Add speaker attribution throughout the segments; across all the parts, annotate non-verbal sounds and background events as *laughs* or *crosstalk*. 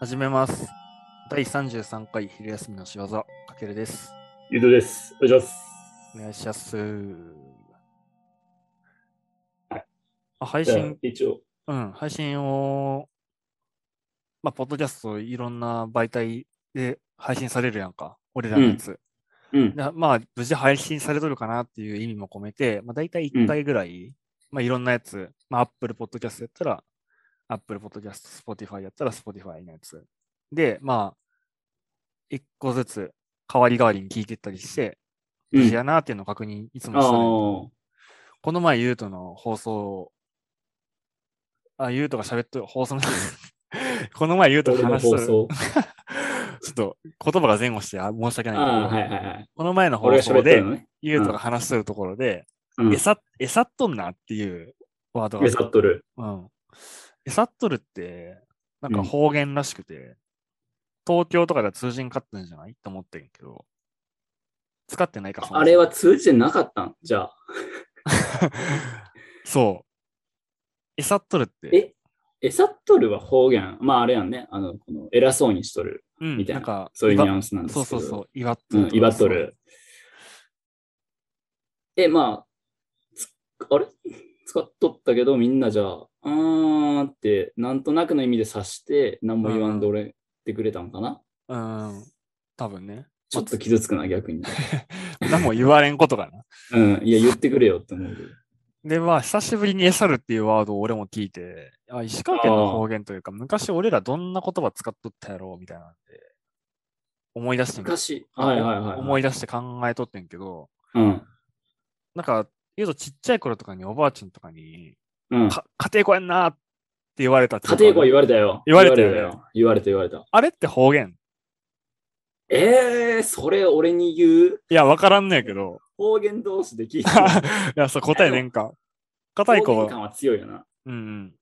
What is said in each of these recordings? Speaker 1: 始めます。第33回昼休みの仕業、かけるです。
Speaker 2: ゆうとです。お願いし
Speaker 1: お
Speaker 2: ます。
Speaker 1: 願いします。
Speaker 2: はい
Speaker 1: あ配
Speaker 2: じゃあ
Speaker 1: 信、
Speaker 2: 一応、
Speaker 1: うん、配信を、まあ、ポッドキャストいろんな媒体で配信されるやんか、俺らのやつ。
Speaker 2: うん、
Speaker 1: でまあ、無事配信されとるかなっていう意味も込めて、まあ、大体
Speaker 2: う
Speaker 1: 1
Speaker 2: ん
Speaker 1: 回ぐらい、まあ、いろんなやつ、まあ、Apple Podcast やったら、Apple Podcast、Spotify やったら Spotify のやつ。で、まあ、1個ずつ代わり代わりに聞いてったりして、
Speaker 2: う
Speaker 1: 無事
Speaker 2: ん。
Speaker 1: やなっていうのを確認いつもしてるんだけど
Speaker 2: あ
Speaker 1: この前、ゆうとの放送をあ、ゆうとが喋ってる放送の *laughs* この前、ゆう
Speaker 2: あ、
Speaker 1: と
Speaker 2: 俺
Speaker 1: が
Speaker 2: の
Speaker 1: 話し
Speaker 2: 放
Speaker 1: とる。ちょ
Speaker 2: 送。
Speaker 1: っと言葉が前後してあ申し訳
Speaker 2: あ
Speaker 1: ないん
Speaker 2: あ
Speaker 1: だけ
Speaker 2: ー、
Speaker 1: ど、
Speaker 2: はいはいはい。
Speaker 1: この前の
Speaker 2: 俺
Speaker 1: 放送
Speaker 2: が喋って
Speaker 1: で
Speaker 2: る、のね。
Speaker 1: ゆうとが話してるところで、
Speaker 2: うん。
Speaker 1: えさ、えさっとんなっていうワードがあ
Speaker 2: え
Speaker 1: った
Speaker 2: さっとる。
Speaker 1: うん。エサっとるって、なんか
Speaker 2: うん
Speaker 1: 方言らしくて、東京とかでは通じんかったんじゃないって思ってんけど、使ってないか、そもそも
Speaker 2: あれは通じてなかったんじゃあ。
Speaker 1: *laughs* そう。エサっとるって、
Speaker 2: ええさっとるは方言。まああれやんね。あの、この偉そうにしとる。
Speaker 1: うん、
Speaker 2: みたいな
Speaker 1: なんか、
Speaker 2: そういうニュ
Speaker 1: わ
Speaker 2: アンスなんですけ
Speaker 1: そ
Speaker 2: ど。
Speaker 1: うそうそう、いわっとる
Speaker 2: うん、
Speaker 1: とか
Speaker 2: 威張っとる。え、まあ、つあれ使っとったけど、みんなじゃあ、あーんって、なんとなくの意味で察して、何も言わんで俺ってくれたんかな、
Speaker 1: そう。うん、多分ね。
Speaker 2: ちょっと傷つくな、逆に。
Speaker 1: 何も言われんことかな。
Speaker 2: うん、いや、言ってくれよって思うけど。
Speaker 1: で、まあ、久しぶりにエサルっていうワードを俺も聞いて、あ石川県の方言というか、昔俺らどんな言葉使っとったやろうみたいなんで、思い出してん
Speaker 2: 昔、はいはいはい、はい。
Speaker 1: 思い出して考えとってんけど、
Speaker 2: うん。
Speaker 1: なんか、言うとちっちゃい頃とかにおばあちゃんとかに、
Speaker 2: うん。
Speaker 1: か家庭子やんなーって言われたっていう
Speaker 2: 家
Speaker 1: か
Speaker 2: 庭語は言われたよ。
Speaker 1: 言われたよね
Speaker 2: 言われたよ言われた。
Speaker 1: あれって方言
Speaker 2: えー、それ俺に言う
Speaker 1: いや、わからんねやけ
Speaker 2: *laughs*
Speaker 1: ど、
Speaker 2: 方言同士で聞
Speaker 1: *laughs* い
Speaker 2: いて
Speaker 1: や、そう答えねんか。硬い
Speaker 2: 方
Speaker 1: 子
Speaker 2: 言、感は強いよな。
Speaker 1: うんうん。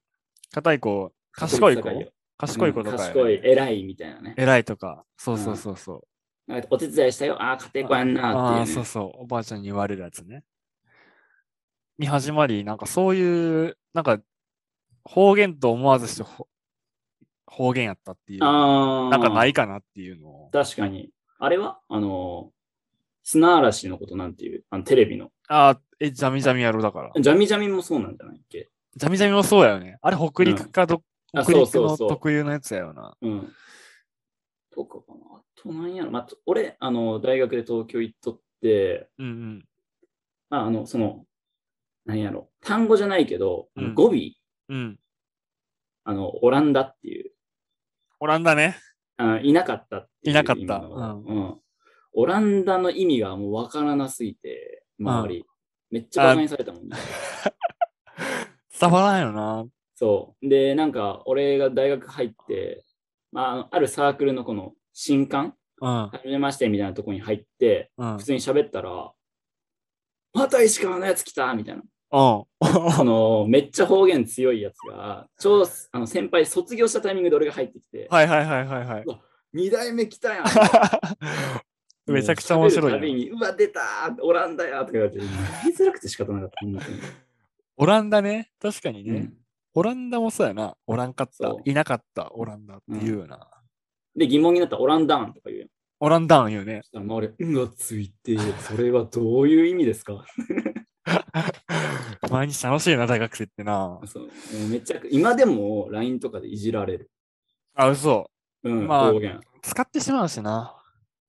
Speaker 1: 硬い子、賢い子
Speaker 2: 確率高よ
Speaker 1: 賢い子とか、
Speaker 2: うん賢い、偉いみたいなね。
Speaker 1: 偉いとか、そうそうそうそう。
Speaker 2: なんかお手伝いしたよ。ああ、家庭語やん
Speaker 1: あ
Speaker 2: な
Speaker 1: あ、
Speaker 2: っていう、
Speaker 1: そう
Speaker 2: ね。
Speaker 1: そう、おばあちゃんに言われるやつね。に始まり、なんかそういう、なんか方言と思わずしてほ方言やったっていう、な
Speaker 2: ああ、
Speaker 1: んかないかなっていうのを。
Speaker 2: 確かに。あれはあのー砂嵐のことなんていう、あのテレビの。
Speaker 1: ああ、え、ジャミジャミやろだから。
Speaker 2: ジャミジャミもそうなんじゃないっけ
Speaker 1: ジャミジャミもそうやよね。あれ北陸かど、北
Speaker 2: あそう
Speaker 1: 陸
Speaker 2: そう
Speaker 1: の
Speaker 2: そう
Speaker 1: 特有のやつやよな。
Speaker 2: うん。とかかな。あとなんやろ。まあ、と俺、あの、大学で東京行っとって、
Speaker 1: うんうん。
Speaker 2: まあ、あの、その、なんやろ。単語じゃないけど、あの
Speaker 1: うん
Speaker 2: 語尾、
Speaker 1: うん。
Speaker 2: あの、オランダっていう、
Speaker 1: オランダね。 *laughs*
Speaker 2: あいなかったっていう
Speaker 1: いなかった
Speaker 2: 意味の
Speaker 1: うん
Speaker 2: うん。オランダの意味がもうわからなすぎて、周り。めっちゃ馬鹿にされたもんね。
Speaker 1: 伝わらんよな。
Speaker 2: *laughs* そう。で、なんか、俺が大学入って、まああの、あるサークルのこの、新刊
Speaker 1: うん
Speaker 2: はじめましてみたいなとこに入って、
Speaker 1: うん。うん。
Speaker 2: 普通に喋ったら、また石川のやつ来たみたいな。
Speaker 1: う
Speaker 2: この、めっちゃ方言強いやつが、ちょうあの先輩卒業したタイミングで俺が入ってきて
Speaker 1: ん。、はいはいはいはい *laughs* はい。
Speaker 2: 二代目来たやん
Speaker 1: *laughs* めちゃくちゃ面白い
Speaker 2: もう喋るたび
Speaker 1: な。
Speaker 2: に、うわ、出たーオランダやとか言われて、言いづらくて仕方なかった。本当に
Speaker 1: オランダね。確かにね。
Speaker 2: うん
Speaker 1: オランダもそうやな。おらんかった
Speaker 2: そ。う
Speaker 1: いなかった。オランダっていうよな。
Speaker 2: で、疑問になったらオランダーンとか言うやん。
Speaker 1: オランダン言うね *laughs*
Speaker 2: そ。したら周り、うんがついて、それはどういう意味ですか
Speaker 1: 毎日楽しいな、大学生ってな。
Speaker 2: そうもうめちゃく今でも LINE とかでいじられる。
Speaker 1: あ、嘘。
Speaker 2: うん、
Speaker 1: まあ
Speaker 2: 方言。
Speaker 1: 使ってしまうしな。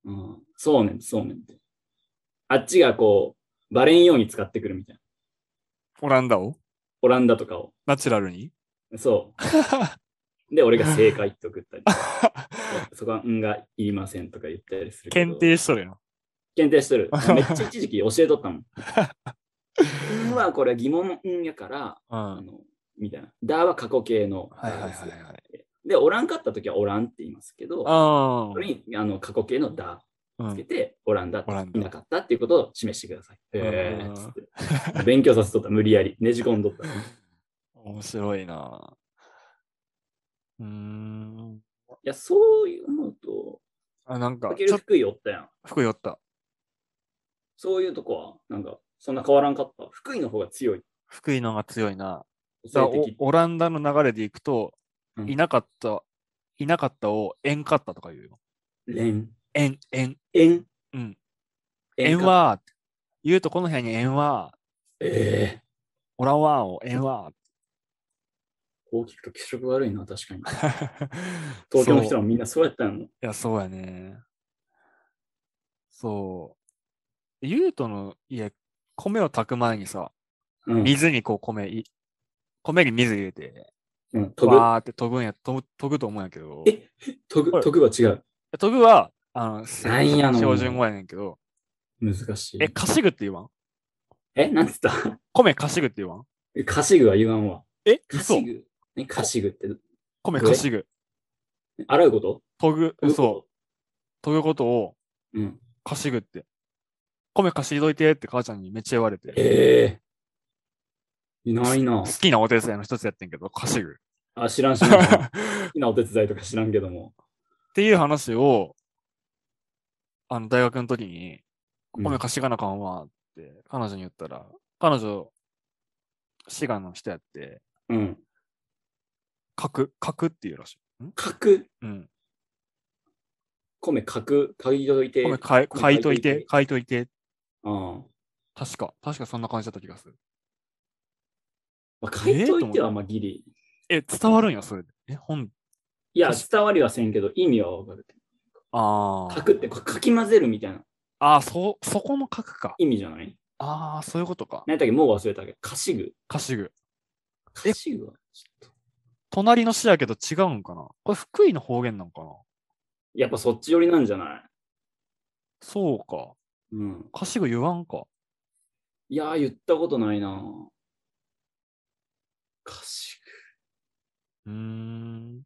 Speaker 2: うん、そうねん、そうねんって。あっちがこう、バレんように使ってくるみたいな。
Speaker 1: オランダを
Speaker 2: オランダとかを。
Speaker 1: ナチュラルに *laughs*
Speaker 2: そう。で、俺が正解って送ったり。そこは、うんが言いませんとか言ったりするけど。
Speaker 1: 検定しとるよ。
Speaker 2: 検定してる。めっちゃ一時期教えとったもん。うんはこれは疑問のうんやから、
Speaker 1: う
Speaker 2: あ
Speaker 1: ん。
Speaker 2: の、みたいな。だは過去形の。
Speaker 1: はいはいはいはい。
Speaker 2: で、おらんかった時はおらんって言いますけど、
Speaker 1: あ
Speaker 2: それにあの過去形のだ
Speaker 1: あ。う
Speaker 2: つけ
Speaker 1: ん。
Speaker 2: て、オランダって
Speaker 1: オランダ
Speaker 2: いなかったっていうことを示してください。
Speaker 1: ん
Speaker 2: へーっつって。勉強させとった、無理やり。ねじ込んど
Speaker 1: *laughs*
Speaker 2: った。
Speaker 1: 面白いな。うーん。
Speaker 2: いや、そういうのと、
Speaker 1: あ、なんか
Speaker 2: か、け
Speaker 1: ち
Speaker 2: る
Speaker 1: ょっと
Speaker 2: 福井おったやん。
Speaker 1: 服寄った。
Speaker 2: そういうとこは、なんか、そんな変わらんかった。福井の方が強い。
Speaker 1: 福井の方が強いな。だ
Speaker 2: 性
Speaker 1: から
Speaker 2: 的。
Speaker 1: おオランダの流れでいくと、
Speaker 2: うん
Speaker 1: いなかった、いなかったを縁かったとか言うよ。
Speaker 2: 連、
Speaker 1: 縁、縁。
Speaker 2: 縁。
Speaker 1: うん。
Speaker 2: 縁
Speaker 1: 縁
Speaker 2: か。
Speaker 1: はって言うとこの部屋に縁は、
Speaker 2: ええ
Speaker 1: おらんわを縁は。
Speaker 2: *laughs* 大きくと気色悪いな、
Speaker 1: *laughs*
Speaker 2: 確かに。東京の人
Speaker 1: そう
Speaker 2: はみんなそうやったの。
Speaker 1: いや、そうやね。そう。ゆうとの家、米を炊く前にさ、
Speaker 2: うん。
Speaker 1: 水にこう米い、米に水入れて、
Speaker 2: うん、飛ぶ。
Speaker 1: わーって研ぐんや、研ぐ研ぐと思うんやけど、
Speaker 2: え飛
Speaker 1: こ
Speaker 2: ぶ、
Speaker 1: れ
Speaker 2: 飛ぶは違う。
Speaker 1: 研ぐは、あの、せ
Speaker 2: なんやの
Speaker 1: 標準語やねんけど、
Speaker 2: 難しい。
Speaker 1: え、稼ぐって言わん
Speaker 2: え、なんつった
Speaker 1: 米稼ぐって言わん
Speaker 2: *laughs* え稼ぐは言わんわ。
Speaker 1: え、嘘
Speaker 2: 稼ぐ。ね、稼ぐって、
Speaker 1: 米稼ぐ。
Speaker 2: 洗うこと
Speaker 1: 研ぐ、嘘。研ぐことを
Speaker 2: う。うん。
Speaker 1: 稼ぐって。米稼いどいてって母ちゃんにめっちゃ言われて。
Speaker 2: ええいないな
Speaker 1: 好。きなお手伝いの一つやってんけど、稼ぐ。
Speaker 2: あ、知らん知
Speaker 1: *laughs*
Speaker 2: らん。好きなお手伝いとか知らんけども。
Speaker 1: っていう話を、あの、大学の時に、
Speaker 2: うん
Speaker 1: 米貸しがなあかんわって、彼女に言ったら、彼女、滋賀の人やって、
Speaker 2: うん。
Speaker 1: 書く、書くっていうらしい。ん
Speaker 2: 書く、
Speaker 1: うん。
Speaker 2: 米書く、書いといて。
Speaker 1: 米買い、
Speaker 2: 米
Speaker 1: 買いと
Speaker 2: 買
Speaker 1: い
Speaker 2: いとい
Speaker 1: て
Speaker 2: て、
Speaker 1: 買いといて、
Speaker 2: うん。
Speaker 1: 確か、確かそんな感じだった気がする。
Speaker 2: まあ、書いといてはまあギリ。
Speaker 1: え、伝わるんや、それで。え、本、
Speaker 2: いや、伝わりはせんけど、意味はわかる。
Speaker 1: あ
Speaker 2: 書
Speaker 1: あ。
Speaker 2: くってこうかき混ぜるみたいな
Speaker 1: ああ、そ、そこの書くか。
Speaker 2: 意味じゃない
Speaker 1: ああ、そういうことか。
Speaker 2: 何だっけもう忘れたけど、稼ぐ。
Speaker 1: 貸し具。え
Speaker 2: 稼ぐはちょっと
Speaker 1: 隣の市やけど違うんかな。これ、福井の方言なんかな。
Speaker 2: やっぱそっち寄りなんじゃない
Speaker 1: そうか。
Speaker 2: うん。
Speaker 1: 貸し具言わんか。
Speaker 2: いやー、言ったことないなぁ。稼
Speaker 1: うーん。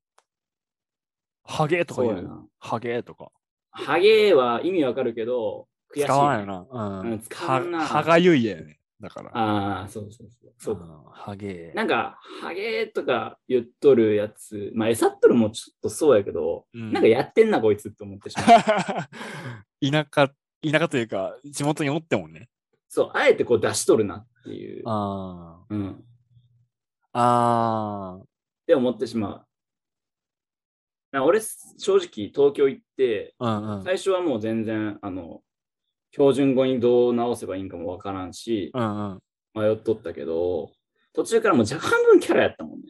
Speaker 1: ハゲ
Speaker 2: ぐ。
Speaker 1: とか言
Speaker 2: そう
Speaker 1: う
Speaker 2: やな。
Speaker 1: ハゲとか。
Speaker 2: ハゲは意味わかるけど、悔しい、
Speaker 1: 使わないよな。う。
Speaker 2: うんん使わんな
Speaker 1: は歯がゆいやよね。だから。
Speaker 2: ああ、そうそうそう。そうか。
Speaker 1: んハゲ。
Speaker 2: なんか、ハゲとか言っとるやつ、まあ、餌っとるもちょっとそうやけど、
Speaker 1: うん
Speaker 2: なんかやってんな、こいつって思ってしまう。
Speaker 1: *laughs* 田舎、田舎というか、地元におってもんね。
Speaker 2: そう、あえてこう出しとるなっていう、
Speaker 1: あ
Speaker 2: うん、っ
Speaker 1: あ。ああ。
Speaker 2: て思ってしまう。なんか俺、正直、東京行って、
Speaker 1: うんうん。
Speaker 2: 最初はもう全然、あの、標準語にどう直せばいいんかもわからんし、
Speaker 1: うんうん。
Speaker 2: 迷っとったけど、途中からもう若干分キャラやったもんね。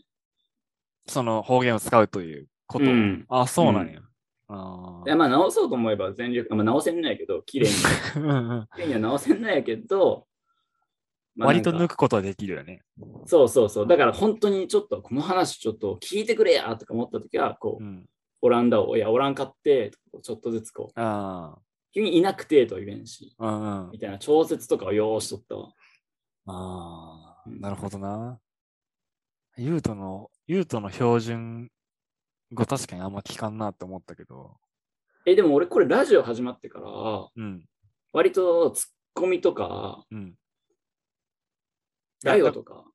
Speaker 1: その方言を使うということ。
Speaker 2: うん
Speaker 1: ああ、そうなんや。あ
Speaker 2: いやまあ直そうと思えば全力、まあ、直せんのやけど、
Speaker 1: *laughs*
Speaker 2: 綺麗に。
Speaker 1: あ。うんうん
Speaker 2: 綺麗には直せんのやけど、まあ
Speaker 1: 割と
Speaker 2: なん
Speaker 1: 抜
Speaker 2: か
Speaker 1: くことはできるよね。
Speaker 2: そうそうそう。だから本当にちょっと、この話ちょっと聞いてくれやとか思った時は、こう
Speaker 1: う、ん。
Speaker 2: オランダを、いや、オラン買って、ちょっとずつこう、
Speaker 1: あ
Speaker 2: 急にいなくてとは言えんし、
Speaker 1: あ。うんうん。
Speaker 2: みたいな調節とかを用意しとったわ。
Speaker 1: ああ、
Speaker 2: うん
Speaker 1: なるほどな。ユートの、ユートの標準語確かにあんま聞かんなって思ったけど。
Speaker 2: え、でも俺これラジオ始まってから、
Speaker 1: うん、
Speaker 2: 割とツッコミとか、
Speaker 1: うん。
Speaker 2: ライオとか、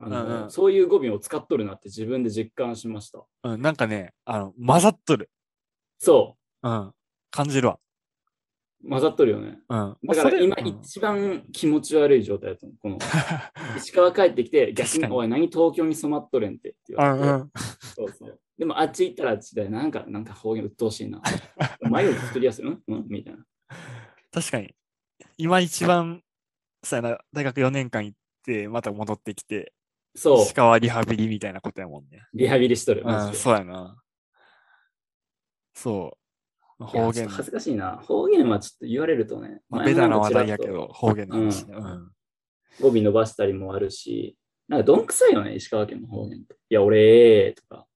Speaker 2: あ
Speaker 1: ん
Speaker 2: の
Speaker 1: うんうん
Speaker 2: そういう語尾を使っとるなって自分で実感しました。
Speaker 1: うん、なんかね、あの、混ざっとる。
Speaker 2: そ
Speaker 1: うん。感じるわ。
Speaker 2: う、混ざっとるよね。
Speaker 1: うん。まあ
Speaker 2: だから
Speaker 1: それ
Speaker 2: 今
Speaker 1: うん
Speaker 2: 一番気持ち悪い状態だと思
Speaker 1: *laughs*
Speaker 2: う。この石川帰ってきて逆
Speaker 1: 確か
Speaker 2: に、
Speaker 1: に
Speaker 2: おい、何東京に染まっとれんってって言
Speaker 1: う
Speaker 2: われ
Speaker 1: ん
Speaker 2: て、
Speaker 1: うん。
Speaker 2: そうそう。でもあっち行ったらあっちで、なんか、なんか方言鬱陶しいな。 *laughs* 前より作りやすいの、うん、みたいな。
Speaker 1: 確かに。今一番、さやな、大学4年間行って、また戻ってきて、
Speaker 2: そう
Speaker 1: 石、川リハビリみたいなことやもんね。
Speaker 2: リハビリしとる。
Speaker 1: う
Speaker 2: マ
Speaker 1: ん、
Speaker 2: ジで
Speaker 1: そうやな。そう。
Speaker 2: いや
Speaker 1: 方
Speaker 2: ちょ
Speaker 1: 言
Speaker 2: っと恥ずかしいな。方言はちょっと言われるとね、
Speaker 1: まあ、
Speaker 2: 前
Speaker 1: ベ
Speaker 2: も
Speaker 1: タなん
Speaker 2: か
Speaker 1: 話
Speaker 2: ちらっ
Speaker 1: 題や
Speaker 2: と
Speaker 1: けど、方言の話ね。うん。
Speaker 2: 語尾伸ばしたりもあるし、なんかどんくさいよね、石川県の方言って。いや、俺ーとか、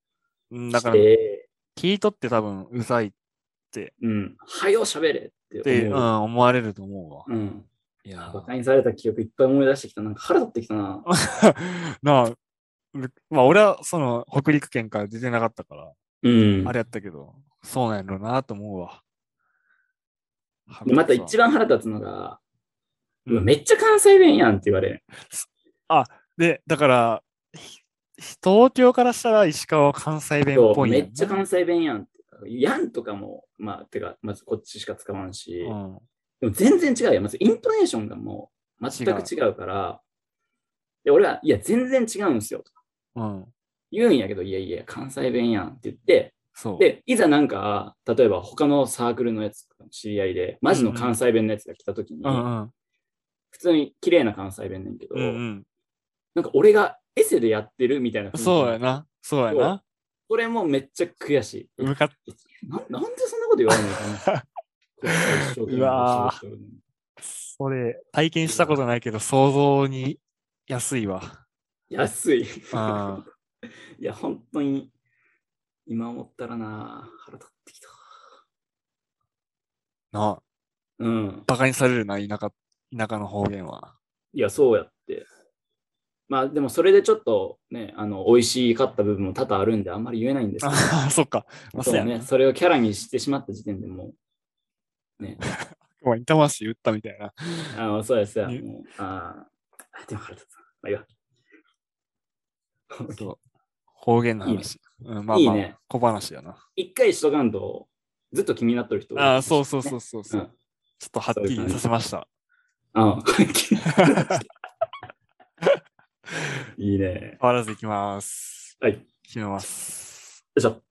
Speaker 1: うん、だ
Speaker 2: し
Speaker 1: から、
Speaker 2: て
Speaker 1: 聞いとって多分、うざいっ、
Speaker 2: ー、うん、はよ喋れってて
Speaker 1: うん、
Speaker 2: 思う。
Speaker 1: 思われると思うわ。
Speaker 2: うん。
Speaker 1: いや *laughs*
Speaker 2: 馬鹿にされた記憶いっぱい思い出してきた。なんか腹立ってきたな。
Speaker 1: ーなあ、うまあ、俺は、その、北陸圏から出てなかったから、
Speaker 2: うん
Speaker 1: あ。れやったけど、そうなんやろうなと思うわ。
Speaker 2: でまた一
Speaker 1: 番、
Speaker 2: 番腹立つのが、うわ
Speaker 1: うん
Speaker 2: めっちゃ関西弁やんって言われる。
Speaker 1: で、だから、ひ東京からしたら石川は関西弁っ
Speaker 2: そう
Speaker 1: ぽいんやん
Speaker 2: め
Speaker 1: な
Speaker 2: っちゃ関西弁やんって。やんとかも、まあ、てか、まずこっちしか使わんし、
Speaker 1: うん。
Speaker 2: でも全然違うよ。まずイントネーションがもう全く違うから、で俺は、いや、全然違うんですよ。
Speaker 1: うん。
Speaker 2: 言うんやけど、いやいや、関西弁やんって言って、
Speaker 1: そう。
Speaker 2: で、いざなんか、例えば他のサークルのやつ、知り合いで、マジの関西弁のやつが来た時に、
Speaker 1: うんうん。
Speaker 2: 普通に綺麗な関西弁ねんけど、
Speaker 1: うんうん。
Speaker 2: なんか俺がエセでやってるみたいな雰囲気
Speaker 1: そうや。な。そうやな。
Speaker 2: これもめっちゃ悔しい。
Speaker 1: 向かっ
Speaker 2: ななんでそんなこと言わ
Speaker 1: *laughs*
Speaker 2: れるのかなこう一生懸命
Speaker 1: うわー
Speaker 2: 仕事してるのに
Speaker 1: それ、体験したことないけど、想像に安いわ。
Speaker 2: 安い。
Speaker 1: あ
Speaker 2: *laughs* いや、本当に、今思ったらな、腹立ってきた。
Speaker 1: な、
Speaker 2: うん。
Speaker 1: バカにされるな、田舎、田舎の方言は。
Speaker 2: いや、そうやって。まあ、でもそれでちょっとね、あの、美味しかった部分も多々あるんで、あんまり言えないんですけど
Speaker 1: ああ、そっか。まあ、
Speaker 2: そ
Speaker 1: そうう
Speaker 2: ね
Speaker 1: やね。
Speaker 2: それをキャラにしてしまった時点でもう、ね、
Speaker 1: お前に魂打ったみたいな。
Speaker 2: あのそうやそうや、
Speaker 1: ね
Speaker 2: もう、あーあ、でも腹立つな。まあ、いいわ
Speaker 1: そう。方言の話。うん、まあ
Speaker 2: いい
Speaker 1: まあ、
Speaker 2: ね
Speaker 1: 小話やな。
Speaker 2: 一回しとかんと、ずっと気になっとる人。
Speaker 1: ああ、そうそうそうそうそう、
Speaker 2: うん
Speaker 1: ちょっとはっきりさせました。
Speaker 2: あ
Speaker 1: *laughs*
Speaker 2: いいね。
Speaker 1: 変わらずいきます。
Speaker 2: はい。よ
Speaker 1: 決めます。
Speaker 2: いしょ。